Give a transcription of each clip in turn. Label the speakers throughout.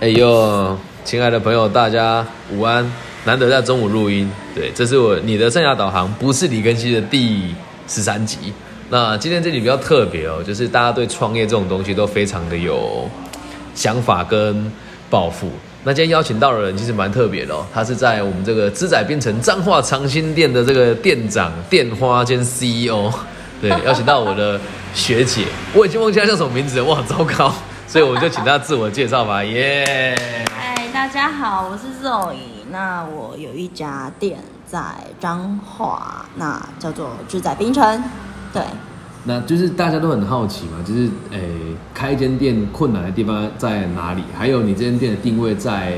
Speaker 1: 哎呦，亲爱的朋友，大家午安！难得在中午录音，对，这是我你的生涯导航，不是李根熙的第十三集。那今天这集比较特别哦，就是大家对创业这种东西都非常的有想法跟抱负。那今天邀请到的人其实蛮特别的哦，他是在我们这个资仔变成彰化长兴店的这个店长、店花兼 CEO，对，邀请到我的学姐，我已经忘记她叫什么名字了，哇，糟糕！所以我就请她自我介绍吧，耶、
Speaker 2: 嗨，哎大家好，我是 Zoe。那我有一家店在彰化，那叫做志在冰城。对，
Speaker 1: 那就是大家都很好奇嘛，就是诶、开一间店困难的地方在哪里？还有你这间店的定位在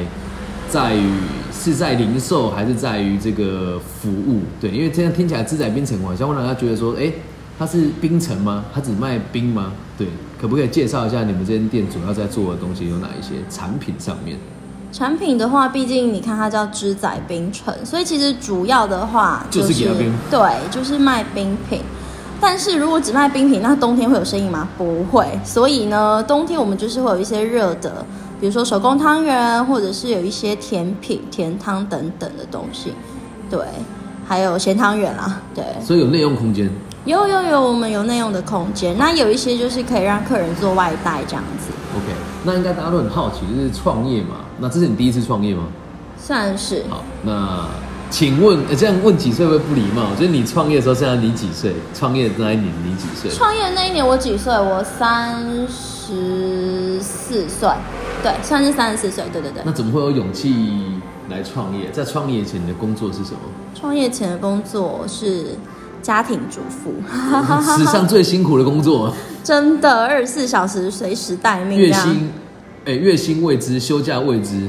Speaker 1: 在于是在零售还是在于这个服务？对，因为这样听起来自在冰城，好像会让他觉得说，诶、它是冰城吗？它只卖冰吗？对，可不可以介绍一下你们这间店主要在做的东西有哪一些？产品上面，
Speaker 2: 产品的话，毕竟你看它叫志在冰城，所以其实主要的话
Speaker 1: 就是给它冰
Speaker 2: 对，就是卖冰品。但是如果只卖冰品，那冬天会有生意吗？不会。所以呢，冬天我们就是会有一些热的，比如说手工汤圆，或者是有一些甜品、甜汤等等的东西。对，还有咸汤圆啦。对，
Speaker 1: 所以有内用空间。
Speaker 2: 有有有，我们有内用的空间，那有一些就是可以让客人做外带这样子，
Speaker 1: OK，那应该大家都很好奇，就是创业嘛。那这是你第一次创业吗？
Speaker 2: 算是
Speaker 1: 好，那请问，呃这样问几岁会不礼貌？就是你创业的时候，现在你几岁？创业那一年你几岁？
Speaker 2: 创业那一年我几岁？我三十四岁，对，算是三十四岁，对对对
Speaker 1: 那。怎么会有勇气来创业？在创业前，你的工作是什么？
Speaker 2: 创业前的工作是家庭主妇，
Speaker 1: 史上最辛苦的工作，
Speaker 2: 真的二十四小时随时待命这
Speaker 1: 月
Speaker 2: 样，
Speaker 1: 薪，哎、月薪未知，休假未知。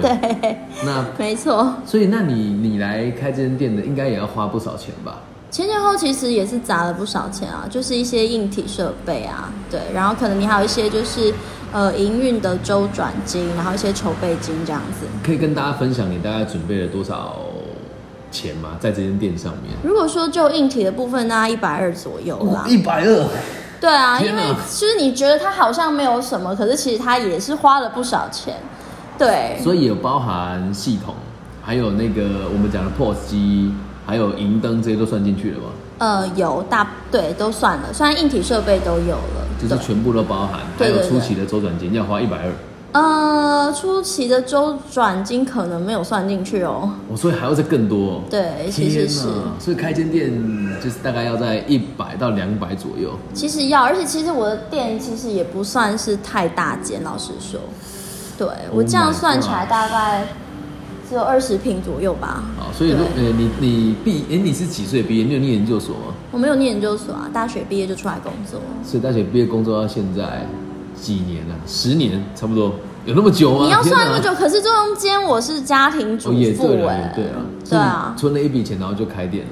Speaker 1: 对，
Speaker 2: 对，
Speaker 1: 那
Speaker 2: 没错。
Speaker 1: 所以那你你来开这间店的，应该也要花不少钱吧？
Speaker 2: 前前后其实也是砸了不少钱啊，就是一些硬体设备啊，对，然后可能你还有一些就是呃营运的周转金，然后一些筹备金这样子。
Speaker 1: 可以跟大家分享你大概准备了多少钱吗？在这间店上面？
Speaker 2: 如果说就硬体的部分，大概一百二左右啦。
Speaker 1: 哦一百二。
Speaker 2: 对啊，
Speaker 1: 天
Speaker 2: 因
Speaker 1: 哪
Speaker 2: 为其实你觉得它好像没有什么，可是其实它也是花了不少钱。对，
Speaker 1: 所以有包含系统，还有那个我们讲的 POS 机，还有银灯这些都算进去了吗？
Speaker 2: 呃，有大对都算了，虽然硬体设备都有了，
Speaker 1: 就是
Speaker 2: 对。
Speaker 1: 全部都包含，还
Speaker 2: 对
Speaker 1: 有
Speaker 2: 对
Speaker 1: 初期的周转金要花一百二，
Speaker 2: 呃，初期的周转金可能没有算进去哦。
Speaker 1: 我所以还要再更多、哦。
Speaker 2: 对，其
Speaker 1: 天
Speaker 2: 实
Speaker 1: 哪
Speaker 2: 是。
Speaker 1: 所以开间店就是大概要在一百到两百左右。
Speaker 2: 其实要，而且其实我的店其实也不算是太大间，老实说，对
Speaker 1: Oh
Speaker 2: 我这样
Speaker 1: my
Speaker 2: 算起来
Speaker 1: God
Speaker 2: 大概只有二十平左右吧。
Speaker 1: 好，所以如呃你你毕哎、你是几岁毕业？你有念研究所吗？
Speaker 2: 我没有念研究所啊，大学毕业就出来工作，
Speaker 1: 所以大学毕业工作到现在几年了、啊？十年差不多，有那么久吗？
Speaker 2: 你要
Speaker 1: 天哪
Speaker 2: 算那么久，可是中间我是家庭主
Speaker 1: 哦，也对
Speaker 2: 妇
Speaker 1: 了，
Speaker 2: 哎、
Speaker 1: 也对啊，
Speaker 2: 对啊
Speaker 1: 所以你存了一笔钱，然后就开店了。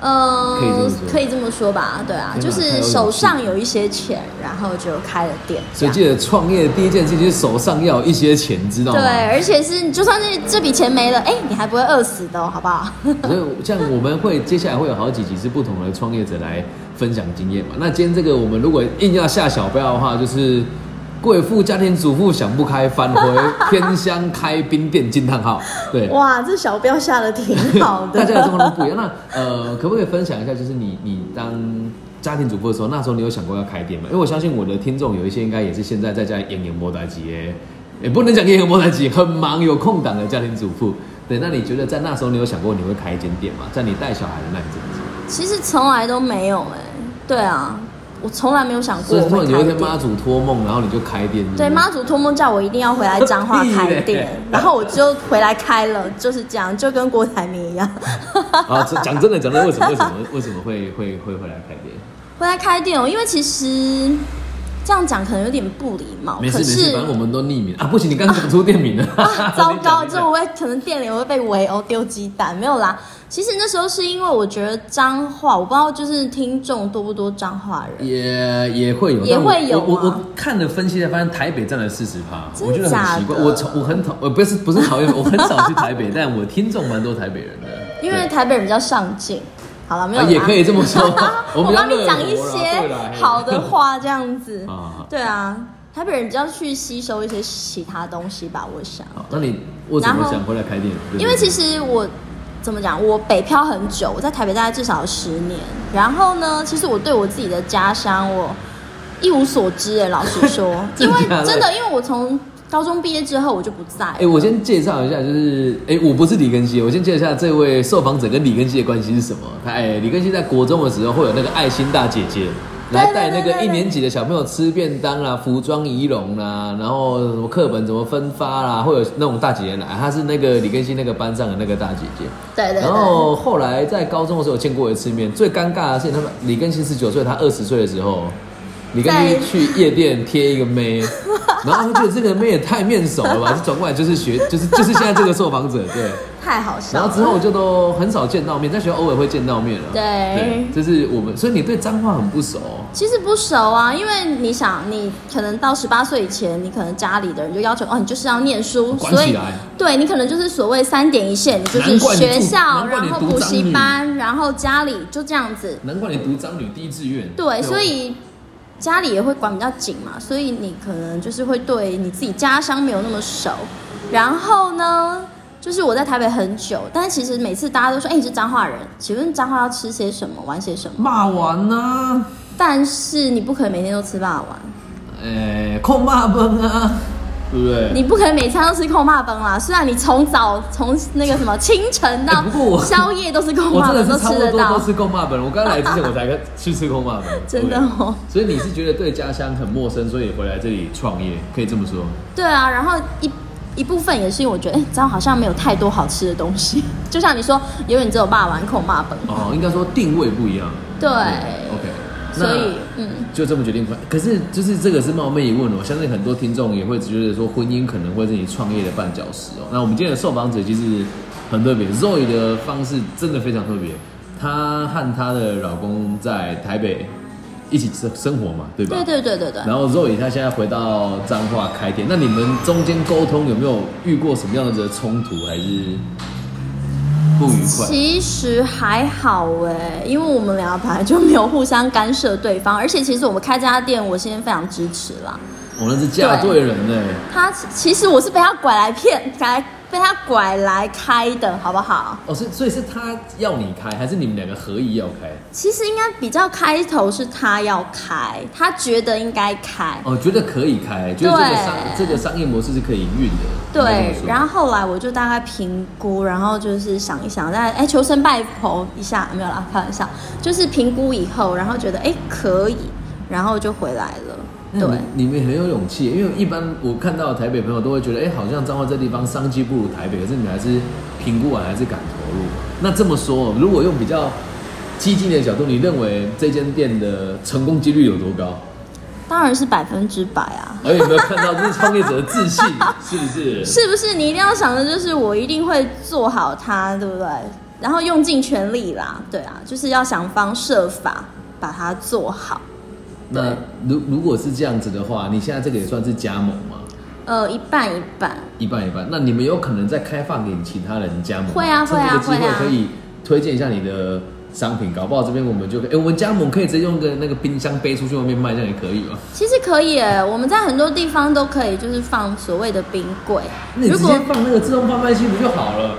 Speaker 2: 呃
Speaker 1: 可以这么说
Speaker 2: 可以这么说吧，对啊，
Speaker 1: 天哪
Speaker 2: 就是
Speaker 1: 太有
Speaker 2: 手
Speaker 1: 勇气
Speaker 2: 上有一些钱，然后就开了店，这
Speaker 1: 所以
Speaker 2: 样
Speaker 1: 记得创业的第一件事情就是手上要有啊一些钱，知道吗？
Speaker 2: 对，而且是你就算是这笔钱没了，哎、你还不会饿死的、哦，好不好？
Speaker 1: 所以像我们会接下来会有好几集是不同的创业者来分享经验嘛。那今天这个我们如果硬要下小标的话，就是贵妇家庭主妇想不开，返回偏乡开冰店惊叹号。对，
Speaker 2: 哇，这小标下的挺好 的，
Speaker 1: 大家的状况都不一样。那呃，可不可以分享一下，就是你你当家庭主妇的时候，那时候你有想过要开店吗？因为我相信我的听众有一些应该也是现在在家里演演摩打机耶，也不能讲演演摩打机，很忙有空档的家庭主妇。对，那你觉得在那时候你有想过你会开一间店吗？在你带小孩的那一阵子，
Speaker 2: 其实从来都没有哎、对啊，我从来没有想过
Speaker 1: 所以
Speaker 2: 我
Speaker 1: 说
Speaker 2: 会
Speaker 1: 你有
Speaker 2: 开
Speaker 1: 一天
Speaker 2: 店。
Speaker 1: 妈祖托梦，然后你就开 店。
Speaker 2: 对，妈祖托梦叫我一定要回来彰 化
Speaker 1: 屁
Speaker 2: 开
Speaker 1: 嘞
Speaker 2: 店，然后我就回来开了，就是这样，就跟郭台铭一样。
Speaker 1: 啊，这讲真的，讲真的，为什么为什么为什么会会会回来开店？
Speaker 2: 回来开店哦，因为其实这样讲可能有点不礼貌，
Speaker 1: 没事
Speaker 2: 哦可
Speaker 1: 没事，
Speaker 2: 是
Speaker 1: 反正我们都匿名啊，不行，你刚刚讲出店名了，
Speaker 2: 啊， 糟糕，
Speaker 1: 你讲
Speaker 2: 这我会可能店里我会被围殴丢鸡蛋，没有啦。其实那时候是因为我觉得彰化，我不知道就是听众多不多彰化人，
Speaker 1: 也也会有，
Speaker 2: 也
Speaker 1: 但我
Speaker 2: 会有
Speaker 1: 我我
Speaker 2: 吗
Speaker 1: 我看了分析才发现台北占了四十趴，
Speaker 2: 真
Speaker 1: 我觉得很奇怪。
Speaker 2: 假的
Speaker 1: 我从我很讨，我不是不是讨厌，我很少去台北，但我听众蛮多台北人的，
Speaker 2: 因为
Speaker 1: 对
Speaker 2: 台北人比较上进。好了，没有
Speaker 1: 啊
Speaker 2: 啦、
Speaker 1: 也可以这 么说
Speaker 2: 我
Speaker 1: 我比较
Speaker 2: 帮你
Speaker 1: 热
Speaker 2: 讲一
Speaker 1: 火啦
Speaker 2: 些
Speaker 1: 啊对啦嘿
Speaker 2: 好的话，这样子
Speaker 1: 。啊，
Speaker 2: 对啊，台北人比较去吸收一些其他东西吧，我想。
Speaker 1: 好，那你为什么
Speaker 2: 然后
Speaker 1: 想回来开店？对不对，
Speaker 2: 因为其实我怎么讲，我北漂很久，我在台北大概至少有十年。然后呢，其实我对我自己的家乡我一无所知哎，老实说
Speaker 1: 真
Speaker 2: 因
Speaker 1: 的
Speaker 2: 为
Speaker 1: 假的
Speaker 2: 真的，因为我从高中毕业之后我就不在了。
Speaker 1: 哎、我先介绍一下，就是哎、我不是李根希，我先介绍一下这位受访者跟李根希的关系是什么。他哎、李根希在国中的时候会有那个爱心大姐姐来带那
Speaker 2: 对对对
Speaker 1: 个
Speaker 2: 对
Speaker 1: 一年级的小朋友吃便当啦、服装仪容啦，然后什么课本怎么分发啦，会有那种大姐姐来。她是那个李根希那个班上的那个大姐姐。
Speaker 2: 对 对
Speaker 1: 然
Speaker 2: 对，
Speaker 1: 后后来在高中的时候有见过一次面，最尴尬的是他们李根新十九岁，他二十岁的时候，李根新去夜店贴一个 妹，然后他觉得这个妹也太面熟了吧，就转过来就是学， 就是就是现在这个受访者 对。
Speaker 2: 太好笑
Speaker 1: 然
Speaker 2: 了。
Speaker 1: 后之后就都很少见到面，在学校偶尔会见到面了。
Speaker 2: 对
Speaker 1: 这是我们，所以你对脏话很不熟。
Speaker 2: 其实不熟啊，因为你想，你可能到十八岁以前，你可能家里的人就要求哦，你就是要念书，
Speaker 1: 管
Speaker 2: 所
Speaker 1: 起
Speaker 2: 以
Speaker 1: 来
Speaker 2: 对你可能就是所谓三点一线，你就
Speaker 1: 难
Speaker 2: 是
Speaker 1: 怪你
Speaker 2: 学
Speaker 1: 住
Speaker 2: 校，
Speaker 1: 难怪你
Speaker 2: 然后
Speaker 1: 读
Speaker 2: 补习
Speaker 1: 彰女
Speaker 2: 班，然后家里就这样子。
Speaker 1: 难怪你读彰女第一志愿。
Speaker 2: 对，所以家里也会管比较紧嘛，所以你可能就是会对你自己家乡没有那么熟。然后呢，就是我在台北很久，但是其实每次大家都说：“哎、你是彰化人，请问彰化要吃些什么，玩些什么
Speaker 1: 骂完啊呢、？”
Speaker 2: 但是你不可能每天都吃霸王，
Speaker 1: 诶，哎， 控骂崩啊，对不对？
Speaker 2: 你不可能每
Speaker 1: 哎
Speaker 2: 餐都吃控霸崩啦。虽然你从早从那个什么清晨到
Speaker 1: 哎不过我
Speaker 2: 宵夜都是控
Speaker 1: 我
Speaker 2: 霸
Speaker 1: 真的
Speaker 2: 崩，都
Speaker 1: 是差
Speaker 2: 吃
Speaker 1: 不
Speaker 2: 得
Speaker 1: 多
Speaker 2: 到
Speaker 1: 都，吃贡骂本，我刚来之前我才 刚去吃贡骂本，
Speaker 2: 真的
Speaker 1: 对。
Speaker 2: 哦。
Speaker 1: 所以你是觉得对家乡很陌生，所以回来这里创业，可以这么说？
Speaker 2: 对啊，然后一一部分也是因为我觉得，哎、这样好像没有太多好吃的东西。 就像你说，永远只有霸王口骂本。
Speaker 1: 哦，应该说定位不一样。
Speaker 2: 对
Speaker 1: ，OK。
Speaker 2: 所以，嗯，
Speaker 1: 就这么决定快，可是就是这个是冒昧一问哦，我相信很多听众也会觉得说婚姻可能会是你创业的绊脚石哦。那我们今天的受访者其实很特别，Zoe 的方式真的非常特别，她和她的老公在台北一起生生活嘛，对吧？
Speaker 2: 对对对对对。
Speaker 1: 然后 Zoe 她现在回到彰化开店，那你们中间沟通有没有遇过什么样的冲突，还是不愉快？
Speaker 2: 其实还好哎、因为我们俩本来就没有互相干涉对方，而且其实我们开这家店，我先非常支持啦。
Speaker 1: 我们是嫁对人呢、
Speaker 2: 他其实我是被他拐来骗，来被他拐来开的，好不好？
Speaker 1: 哦，是所以是他要你开，还是你们两个合意要开？
Speaker 2: 其实应该比较开头是他要开，他觉得应该开，
Speaker 1: 哦，觉得可以开，觉得这个
Speaker 2: 对
Speaker 1: 商这个商业模式是可以运的。应该
Speaker 2: 对
Speaker 1: 这，么说
Speaker 2: 然后后来我就大概评估，然后就是想一想，再哎求神拜佛一下，没有啦，开玩笑，就是评估以后，然后觉得哎可以，然后就回来了。
Speaker 1: 那
Speaker 2: 对，
Speaker 1: 你你们很有勇气，因为一般我看到台北朋友都会觉得，哎、好像彰化这地方商机不如台北，可是你们还是评估完啊还是敢投入。那这么说，如果用比较激进的角度，你认为这间店的成功几率有多高？
Speaker 2: 当然是百分之百啊，
Speaker 1: 而有没有看到这是创业者的自信，是不是？
Speaker 2: 是不是？你一定要想的就是我一定会做好它，对不对？然后用尽全力啦，对啊，就是要想方设法把它做好。
Speaker 1: 那如如果是这样子的话，你现在这个也算是加盟吗？
Speaker 2: 呃，一半一半，
Speaker 1: 一半一半。那你们有可能再开放给其他人加盟吗？
Speaker 2: 会啊
Speaker 1: 趁这个机
Speaker 2: 会啊会
Speaker 1: 会
Speaker 2: 啊
Speaker 1: 可以推荐一下你的商品，搞不好这边我们就可以，哎、我们加盟可以直接用个那个冰箱背出去外面卖，这样也可以吧？
Speaker 2: 其实可以耶，我们在很多地方都可以，就是放所谓的冰柜。
Speaker 1: 那你
Speaker 2: 如
Speaker 1: 直
Speaker 2: 果
Speaker 1: 接放那个自动贩卖机不就好了？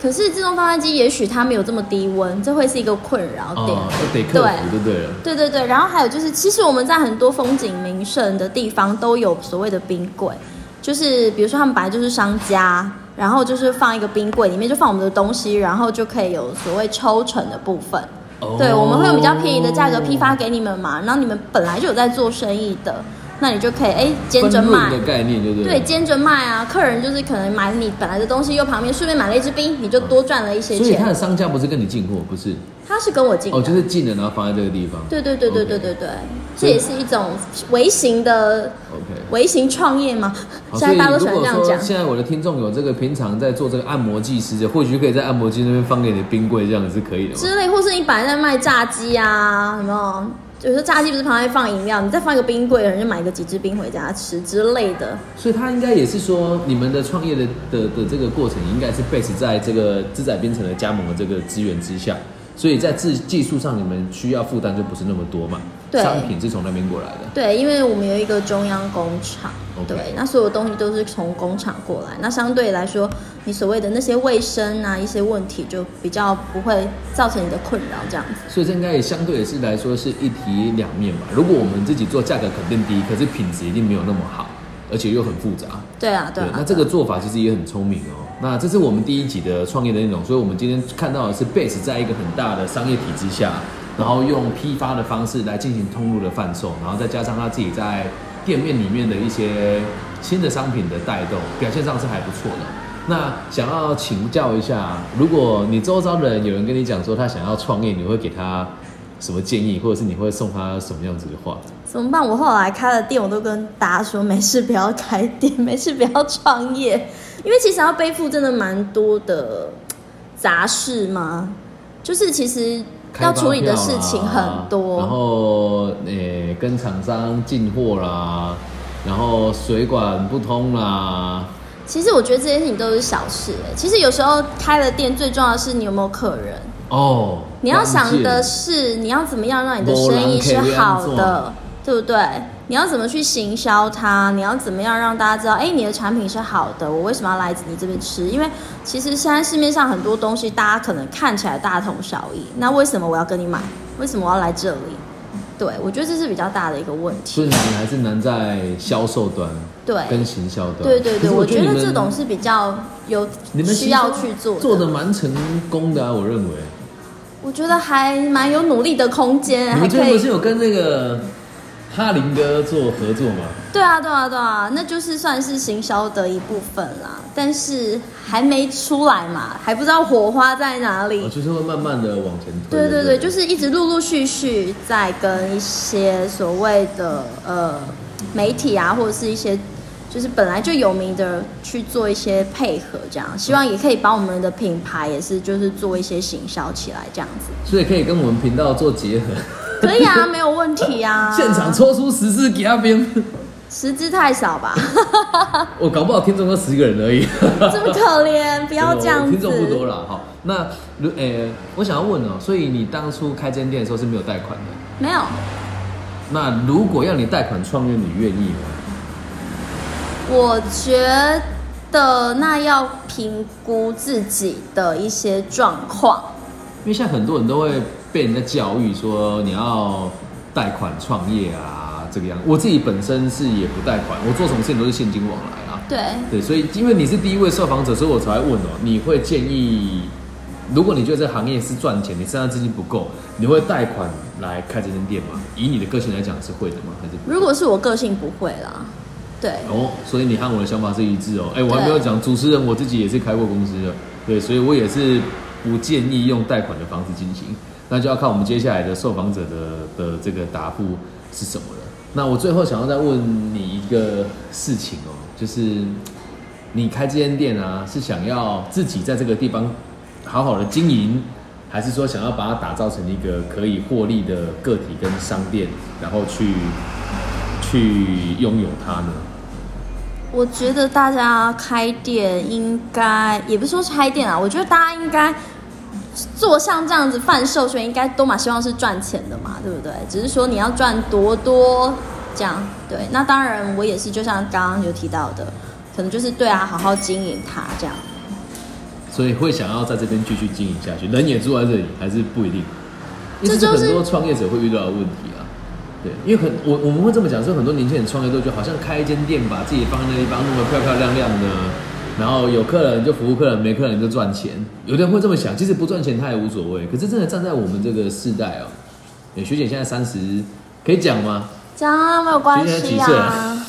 Speaker 2: 可是自动贩卖机也许它没有这么低温，这会是一个困扰点。
Speaker 1: 哦，得克服就对了。
Speaker 2: 对对对，然后还有就是，其实我们在很多风景名胜的地方都有所谓的冰柜，就是比如说他们本来就是商家，然后就是放一个冰柜，里面就放我们的东西，然后就可以有所谓抽成的部分。
Speaker 1: 哦
Speaker 2: 对，我们会用比较便宜的价格批发给你们嘛，然后你们本来就有在做生意的，那你就可以哎兼着
Speaker 1: 分
Speaker 2: 卖
Speaker 1: 润。的概念，对不
Speaker 2: 对，
Speaker 1: 对？
Speaker 2: 兼着卖啊，客人就是可能买你本来的东西，又旁边顺便买了一支冰，你就多赚了一些
Speaker 1: 所以他
Speaker 2: 钱。
Speaker 1: 的商家不是跟你进货，不是？
Speaker 2: 他是跟我进的，
Speaker 1: 哦，就是进了然后放在这个地方。
Speaker 2: 对对对对对
Speaker 1: OK
Speaker 2: 对对，这
Speaker 1: 所以
Speaker 2: 也是一种微型的
Speaker 1: OK。
Speaker 2: 微型创业嘛。
Speaker 1: 好
Speaker 2: 现在大家都喜欢
Speaker 1: 啊哦所以如
Speaker 2: 这样
Speaker 1: 果说
Speaker 2: 讲，
Speaker 1: 现在我的听众有这个平常在做这个按摩技师的，或许可以在按摩机那边放给你的冰柜，这样是可以的吗？
Speaker 2: 之类，或是你本来在卖炸鸡啊，有没有？有时候炸鸡不是旁边放饮料，你再放一个冰柜，有人就买个几支冰回家吃之类的。
Speaker 1: 所以他应该也是说，你们的创业的的的这个过程，应该是 base 在这个自在编程的加盟的这个资源之下，所以在技技术上你们需要负担就不是那么多嘛。
Speaker 2: 对
Speaker 1: 商品是从那边过来的。
Speaker 2: 对，因为我们有一个中央工厂
Speaker 1: OK
Speaker 2: 对，那所有东西都是从工厂过来，那相对来说，你所谓的那些卫生啊一些问题就比较不会造成你的困扰这样子。
Speaker 1: 所以这应该也相对也是来说是一体两面吧。如果我们自己做，价格肯定低，可是品质一定没有那么好，而且又很复杂。
Speaker 2: 对啊，对啊。
Speaker 1: 那这个做法其实也很聪明哦。那这是我们第一集的创业的内容，所以我们今天看到的是 base 在一个很大的商业体制下，然后用批发的方式来进行通路的贩售，然后再加上他自己在店面里面的一些新的商品的带动，表现上是还不错的。那想要请教一下，如果你周遭的人有人跟你讲说他想要创业，你会给他什么建议，或者是你会送他什么样子的话？
Speaker 2: 怎么办？我后来开了店，我都跟大家说，没事不要开店，没事不要创业，因为其实要背负真的蛮多的杂事嘛，就是其实要处理的事情很
Speaker 1: 然
Speaker 2: 多。
Speaker 1: 后呃、跟厂商进货啦，然后水管不通啦，
Speaker 2: 其实我觉得这些事情都是小事、欸，其实有时候开了店，最重要的是你有没有客人。
Speaker 1: 哦，
Speaker 2: 你要想的
Speaker 1: 关键
Speaker 2: 是，你要怎么样让你的生意是好
Speaker 1: 没人可以这
Speaker 2: 的
Speaker 1: 样，
Speaker 2: 对不对？你要怎么去行销它？你要怎么样让大家知道，哎，你的产品是好的，我为什么要来你这边吃？因为其实现在市面上很多东西，大家可能看起来大同小异，那为什么我要跟你买？为什么我要来这里？对，我觉得这是比较大的一个问
Speaker 1: 所以
Speaker 2: 题。
Speaker 1: 难还是难在销售端
Speaker 2: 对，
Speaker 1: 跟行销端。
Speaker 2: 对对
Speaker 1: 可
Speaker 2: 对，
Speaker 1: 是
Speaker 2: 我
Speaker 1: 我
Speaker 2: 觉
Speaker 1: 你
Speaker 2: 得
Speaker 1: 们
Speaker 2: 这种是比较有
Speaker 1: 你们
Speaker 2: 需要去做
Speaker 1: 做的蛮成功的啊，我认为。
Speaker 2: 我觉得还蛮有努力的空间，
Speaker 1: 你
Speaker 2: 哎还
Speaker 1: 们最
Speaker 2: 可
Speaker 1: 近不
Speaker 2: 以
Speaker 1: 是有跟那个哈林哥做合作吗？
Speaker 2: 对啊，对啊，对啊，那就是算是行销的一部分啦，但是还没出来嘛，还不知道火花在哪
Speaker 1: 我
Speaker 2: 里。
Speaker 1: 哦就是会慢慢的往前推。
Speaker 2: 嗯对
Speaker 1: 对
Speaker 2: 对对，就是一直陆陆续续在跟一些所谓的呃媒体啊，或者是一些就是本来就有名的去做一些配合，这样希望也可以把我们的品牌也是就是做一些行销起来，这样 子
Speaker 1: 所以可以跟我们频道做结合，
Speaker 2: 可以啊，没有问题啊。
Speaker 1: 现场抽出十支给他编。
Speaker 2: 十支太少吧，
Speaker 1: 我搞不好听众就十个人而已，
Speaker 2: 这么可怜，不
Speaker 1: 不
Speaker 2: 要这样子。
Speaker 1: 哦听众不多了哈。那如诶、我想要问哦、所以你当初开间店的时候是没有贷款的。
Speaker 2: 没有。
Speaker 1: 那如果要你贷款创业，你愿意吗？
Speaker 2: 我觉得那要评估自己的一些状况。
Speaker 1: 因为现在很多人都会被人家教育说你要贷款创业啊，这个样子。我自己本身是也不贷款，我做什么事情都是现金往来啊。
Speaker 2: 对，
Speaker 1: 对，所以因为你是第一位受访者，所以我才会问哦、你会建议，如果你觉得这个行业是赚钱，你身上资金不够，你会贷款来开这间店吗？以你的个性来讲，是会的吗？还是不会
Speaker 2: 如果是我个性不会啦，对，
Speaker 1: 哦，所以你和我的想法是一致哦。哎、我还
Speaker 2: 对
Speaker 1: 没有讲，主持人我自己也是开过公司的，对，所以我也是不建议用贷款的方式进行，那就要看我们接下来的受访者的的这个答复是什么了。那我最后想要再问你一个事情哦，就是你开这间店啊，是想要自己在这个地方好好的经营，还是说想要把它打造成一个可以获利的个体跟商店，然后去去拥有它呢？
Speaker 2: 我觉得大家开店应该也不是说是开店啊，我觉得大家应该做像这样子贩售学，应该都蛮希望是赚钱的嘛，对不对？只是说你要赚多多这样，对。那当然，我也是就像刚刚有提到的，可能就是对啊，好好经营它这样。
Speaker 1: 所以会想要在这边继续经营下去，人也住在这里，还是不一定。
Speaker 2: 这
Speaker 1: 因
Speaker 2: 就
Speaker 1: 为
Speaker 2: 是
Speaker 1: 很多创业者会遇到的问题啊。对，因为很我我们会这么讲，说很多年轻人创业都觉得好像开一间店，把自己放在那地方弄得漂漂亮亮的，然后有客人就服务客人，没客人就赚钱。有的人会这么想，其实不赚钱他也无所谓。可是真的站在我们这个世代哦、诶学姐现在三十，可以讲吗？
Speaker 2: 讲啊，没有关
Speaker 1: 今
Speaker 2: 系
Speaker 1: 年几岁啊
Speaker 2: 啊。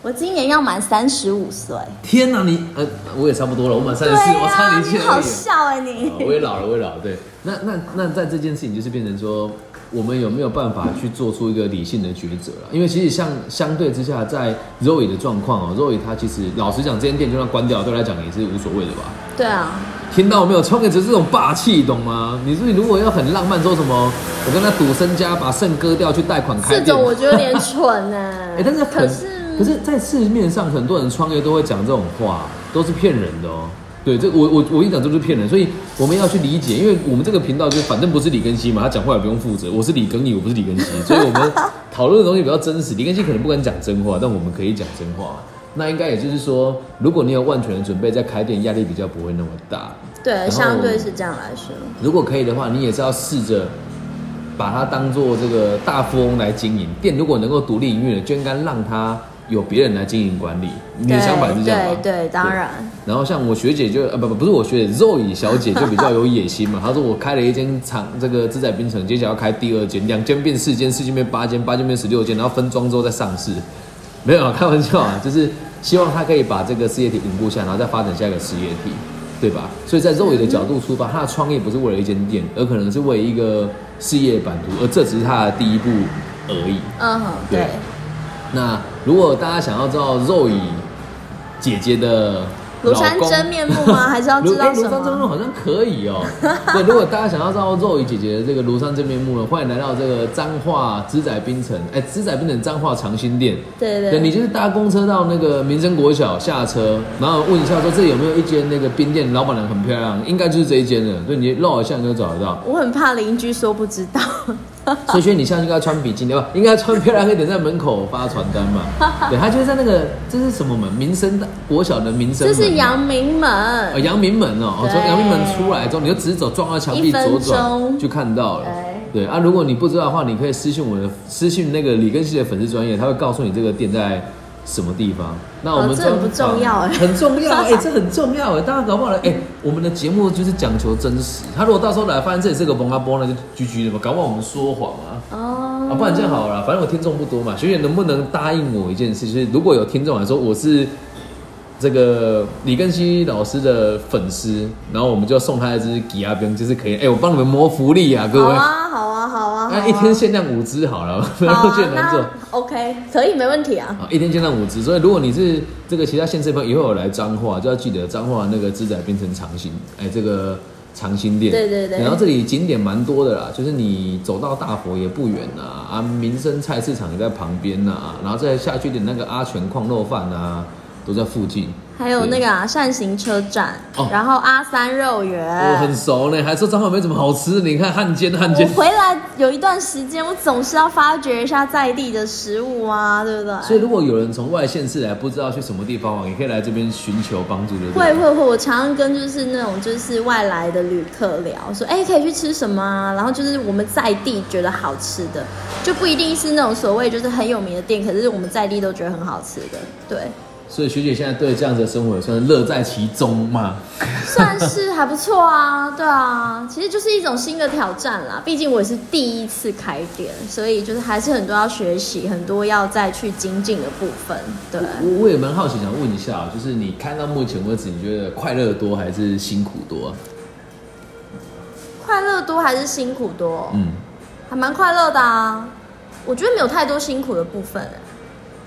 Speaker 2: 我今年要满三十五岁。
Speaker 1: 天哪、你呃，我也差不多了，我满三
Speaker 2: 对
Speaker 1: 十四，我超
Speaker 2: 呀、
Speaker 1: 年
Speaker 2: 你
Speaker 1: 轻而已。
Speaker 2: 好笑哎、你
Speaker 1: 啊。 我也老了，我也老了。对，那那那在这件事情就是变成说，我们有没有办法去做出一个理性的抉择了？因为其实像相对之下，在 Zoe 的状况哦，Zoe 她其实老实讲，这间店就算关掉，对她来讲也是无所谓的吧。
Speaker 2: 对啊，
Speaker 1: 听到没有？创业者是这种霸气，懂吗？你是不是如果要很浪漫，说什么我跟他赌身家，把肾割掉去贷款开
Speaker 2: 这
Speaker 1: 店，
Speaker 2: 种我觉得有点蠢呢、啊
Speaker 1: 哎、但是很
Speaker 2: 可是
Speaker 1: 可是在市面上很多人创业都会讲这种话，都是骗人的哦。对，这我我我跟你讲，这就是骗人，所以我们要去理解，因为我们这个频道就反正不是李根熙嘛，他讲话也不用负责，我是李根义，我不是李根熙，所以我们讨论的东西比较真实。李根熙可能不敢讲真话，但我们可以讲真话。那应该也就是说，如果你有万全的准备，在开店压力比较不会那么大。
Speaker 2: 对，
Speaker 1: 然后
Speaker 2: 相对是这样来说。
Speaker 1: 如果可以的话，你也是要试着把它当做这个大富翁来经营店。如果能够独立营运的，就应该让它有别人来经营管理。你的
Speaker 2: 对
Speaker 1: 想法是这样吗？
Speaker 2: 对对当然
Speaker 1: 然后像我学姐就呃不不不是我学姐肉乙小姐就比较有野心嘛，她说我开了一间厂，这个自在冰城，接下来要开第二间，两间变四间，四间变八间，八间变十六间，然后分装之后再上市。没有啊，开玩笑啊，就是希望他可以把这个事业体稳固下，然后再发展下一个事业体，对吧？所以在肉眼的角度出发，他的创业不是为了一间店，而可能是为了一个事业版图，而这只是他的第一步而已。
Speaker 2: 嗯哼，对
Speaker 1: 对，那如果大家想要知道肉乙姐姐的
Speaker 2: 庐
Speaker 1: 老
Speaker 2: 山
Speaker 1: 公
Speaker 2: 真面目吗？还是要知道
Speaker 1: 哎
Speaker 2: 什
Speaker 1: 庐山真面目
Speaker 2: 么？
Speaker 1: 好像可以 哦。对，如果大家想要知道肉雨姐姐的这个庐山真面目呢，欢迎来到这个彰化资仔冰城，哎，资仔冰城彰化长兴店。
Speaker 2: 对对
Speaker 1: 对，你就是搭公车到那个民生国小下车，然后问一下说这里有没有一间那个冰店，老板娘很漂亮，应该就是这一间了。所以你绕一下你就找得到。
Speaker 2: 我很怕邻居说不知道。
Speaker 1: 所以轩，你下次应该穿比基尼吧？应该穿漂亮一点，在门口发传单嘛。 对，他就是在那个这是什么门？民生大国小的民生
Speaker 2: 这
Speaker 1: 门。
Speaker 2: 是阳明
Speaker 1: 呃，
Speaker 2: 门，
Speaker 1: 阳明门哦，哦
Speaker 2: 对
Speaker 1: 从阳明门出来之后，你就直走撞到墙壁
Speaker 2: 一分
Speaker 1: 左
Speaker 2: 钟
Speaker 1: 转就看到了。
Speaker 2: 哎
Speaker 1: 对啊，如果你不知道的话，你可以私信我的私信那个李根熙的粉丝专业，他会告诉你这个店在什么地方。那我们
Speaker 2: 哦这很
Speaker 1: 专
Speaker 2: 不重要哎
Speaker 1: 很重 要哎，这很重要哎，大家搞不好来哎，我们的节目就是讲求真实。他如果到时候来发现这里是个蒙阿波，那啊就居居的嘛，搞不好我们说谎啊。
Speaker 2: 哦
Speaker 1: 啊，不然这样好了啦，反正我听众不多嘛，学姐能不能答应我一件事，就是如果有听众来说我是这个李根熙老师的粉丝，然后我们就送他一支吉亚冰，就是可以，哎、我帮你们谋福利啊，各
Speaker 2: 好
Speaker 1: 位，
Speaker 2: 啊，好啊，好啊，好
Speaker 1: 那、
Speaker 2: 啊
Speaker 1: 一天限量五支好了， 不要
Speaker 2: 好啊
Speaker 1: 觉得难做。
Speaker 2: 那 OK，可以，没问题啊。
Speaker 1: 啊，一天见到五只，所以如果你是这个其他县市的朋友，以后有来彰化，就要记得彰化那个资仔变成长兴，哎、这个长兴店。
Speaker 2: 对对对
Speaker 1: 然后这里景点蛮多的啦，就是你走到大佛也不远啊，啊，民生菜市场也在旁边呐、啊，然后再下去一点那个阿全矿肉饭啊，都在附近。
Speaker 2: 还有那
Speaker 1: 对
Speaker 2: 个。啊，扇形车站
Speaker 1: 哦，
Speaker 2: 然后阿三肉
Speaker 1: 我很
Speaker 2: 圆。
Speaker 1: 熟呢，还说彰化没怎么好吃。你看汉奸，汉
Speaker 2: 我
Speaker 1: 奸，
Speaker 2: 回来有一段时间，我总是要发掘一下在地的食物啊，对不
Speaker 1: 所以
Speaker 2: 对？
Speaker 1: 如果有人从外县市来，不知道去什么地方玩，也可以来这边寻求帮助的。对不对
Speaker 2: 会会会，我常常跟就是那种就是外来的旅客聊，说哎、可以去吃什么啊？然后就是我们在地觉得好吃的，就不一定是那种所谓就是很有名的店，可是我们在地都觉得很好吃的，对。
Speaker 1: 所以学姐现在对这样子的生活也算是乐在其中嘛。
Speaker 2: 算是还不错啊， 对啊，其实就是一种新的挑战啦。毕竟我也是第一次开店，所以就是还是很多要学习，很多要再去精进的部分。对，
Speaker 1: 我我也蛮好奇，想问一下啊，就是你看到目前为止，你觉得快乐多还是辛苦多啊？
Speaker 2: 快乐多还是辛苦多？
Speaker 1: 嗯，
Speaker 2: 还蛮快乐的啊。我觉得没有太多辛苦的部分、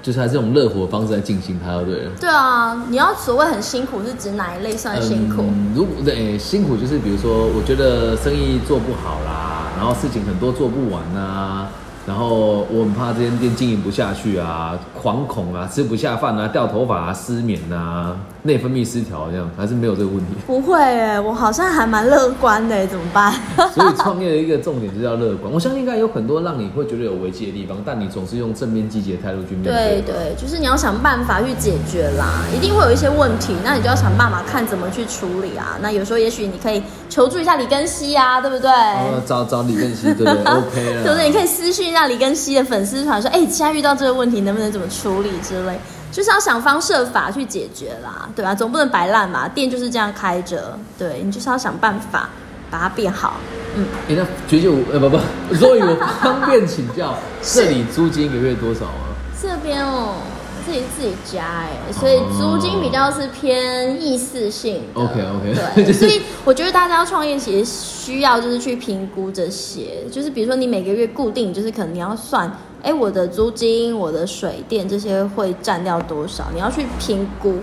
Speaker 1: 就是还是用乐活的方式来进行它，就对了。
Speaker 2: 对啊，你要所谓很辛苦是指哪一类算呃辛苦？
Speaker 1: 嗯、如果对、诶辛苦，就是比如说，我觉得生意做不好啦，然后事情很多做不完啊，然后我很怕这间店经营不下去啊，惶恐啊，吃不下饭啊，掉头发啊，失眠啊，内分泌失调这样，还是没有这个问题。
Speaker 2: 不会哎、我好像还蛮乐观的、怎么 办？
Speaker 1: 所以创业的一个重点就是要乐观。我 相信应该有很多让你会觉得有危机的地方，但你总是用正面积极的态度去面
Speaker 2: 对对，就是你要想办法去解决啦，一定会有一些问题，那你就要想办法看怎么去处理啊。那有时候也许你可以求助一下李根熙啊，对不对？
Speaker 1: 哦，找找李根熙，对不 对？OK 啊了，
Speaker 2: 对不对？你可以私讯一下李根熙的粉丝团，说，哎，你现在遇到这个问题能不能怎么处理之类，就是要想方设法去解决啦，对吧、总不能摆烂嘛，店就是这样开着，对你就是要想办法把它变好。嗯，
Speaker 1: 诶那学姐我，呃，不不， 所以我方便请教，这里租金一个月多少啊？
Speaker 2: 这边哦。自己自己家哎，所以租金比较是偏易事性的。
Speaker 1: OK，OK 就
Speaker 2: 对，
Speaker 1: 是
Speaker 2: 所以我觉得大家要创业，其实需要就是去评估这些，就是比如说你每个月固定，就是可能你要算，哎，我的租金、我的水电这些会占掉多少，你要去评估。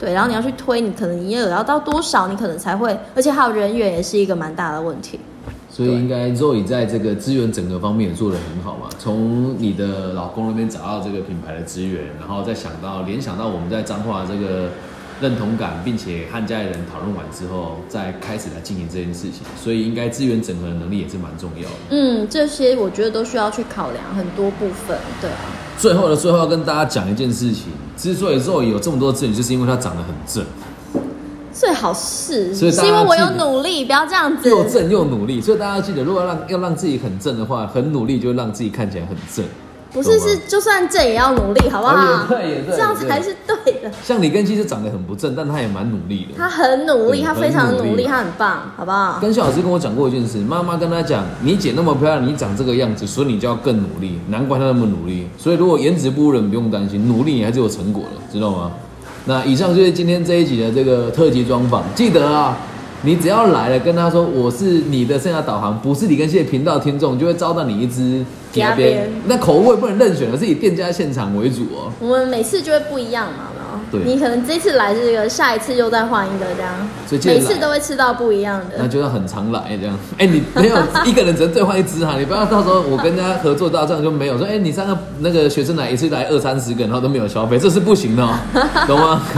Speaker 2: 对，然后你要去推，你可能营业额要到多少，你可能才会，而且还有人员也是一个蛮大的问题。
Speaker 1: 所以应该 Zoe 在这个资源整合方面也做得很好嘛，从你的老公那边找到这个品牌的资源，然后再想到联想到我们在彰化这个认同感，并且和家里人讨论完之后，再开始来进行这件事情。所以应该资源整合的能力也是蛮重要的。
Speaker 2: 嗯，这些我觉得都需要去考量很多部分，对啊，
Speaker 1: 最后的最后，要跟大家讲一件事情：之所以肉有这么多证，就是因为它长得很正，
Speaker 2: 最好是
Speaker 1: 所以大家
Speaker 2: 是因为我有
Speaker 1: 记得
Speaker 2: 努力，不要这样子。
Speaker 1: 又正又努力。所以大家要记得，如果要让要让自己很正的话，很努力就会让自己看起来很正。
Speaker 2: 不是
Speaker 1: 懂吗
Speaker 2: 是，就算正也要努力，好不
Speaker 1: 哦
Speaker 2: 好？
Speaker 1: 也对也对
Speaker 2: 这样
Speaker 1: 也对
Speaker 2: 才是对的。
Speaker 1: 像李根基是长得很不正，但他也蛮努力的。
Speaker 2: 他很努力，
Speaker 1: 对
Speaker 2: 他非常
Speaker 1: 很努
Speaker 2: 努
Speaker 1: 力
Speaker 2: 力，他很棒，好不好？
Speaker 1: 跟肖老师跟我讲过一件事，妈妈跟他讲，你姐那么漂亮，你长这个样子，所以你就要更努力，难怪她那么努力。所以如果颜值不如人，不用担心，努力你还是有成果的，知道吗？那以上就是今天这一集的这个特辑专访，记得啊，你只要来了，跟他说我是你的生涯导航，不是李根谢频道听众，就会招到你一只
Speaker 2: 鸭边
Speaker 1: 那口味不能任选的，是以店家现场为主哦。
Speaker 2: 我们每次就会不一样嘛，有没有
Speaker 1: 对
Speaker 2: 你可能这次来这个，下一次又再换一个这样，
Speaker 1: 所以记得
Speaker 2: 每
Speaker 1: 来
Speaker 2: 次都会吃到不一样
Speaker 1: 那
Speaker 2: 的。
Speaker 1: 就要很常来这样。 哎、你没有一个人只能兑换一只哈，啊你不要到时候我跟人家合作到这样就没有说，哎、你三个那个学生来一次来二三十个，然后都没有消费，这是不行的、 哦，懂吗？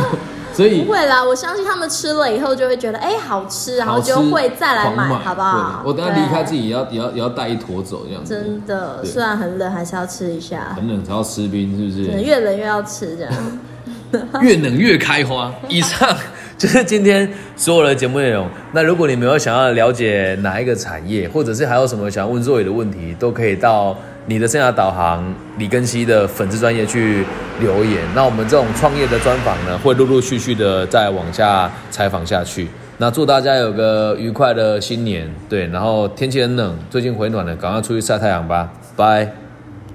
Speaker 1: 所以
Speaker 2: 不会啦，我相信他们吃了以后就会觉得，哎、好吃，然后
Speaker 1: 好吃
Speaker 2: 就会再来买，
Speaker 1: 狂
Speaker 2: 好不好？
Speaker 1: 对我等下离开自
Speaker 2: 己。
Speaker 1: 己也要也要也要带一坨走这样子，
Speaker 2: 真的，
Speaker 1: 对
Speaker 2: 虽然很冷，还是要吃一下。
Speaker 1: 很冷才要吃冰，是不
Speaker 2: 真的
Speaker 1: 是？
Speaker 2: 越冷越要吃这样。
Speaker 3: 越冷越开花。以上就是今天所有的节目内容。那如果你们有想要了解哪一个产业，或者是还有什么想要问若雨的问题，都可以到你的生涯导航李根熙的粉丝专业去留言。那我们这种创业的专访呢，会陆陆续续的再往下采访下去。那祝大家有个愉快的新年，对，然后天气很冷，最近回暖了，赶快出去晒太阳吧，拜。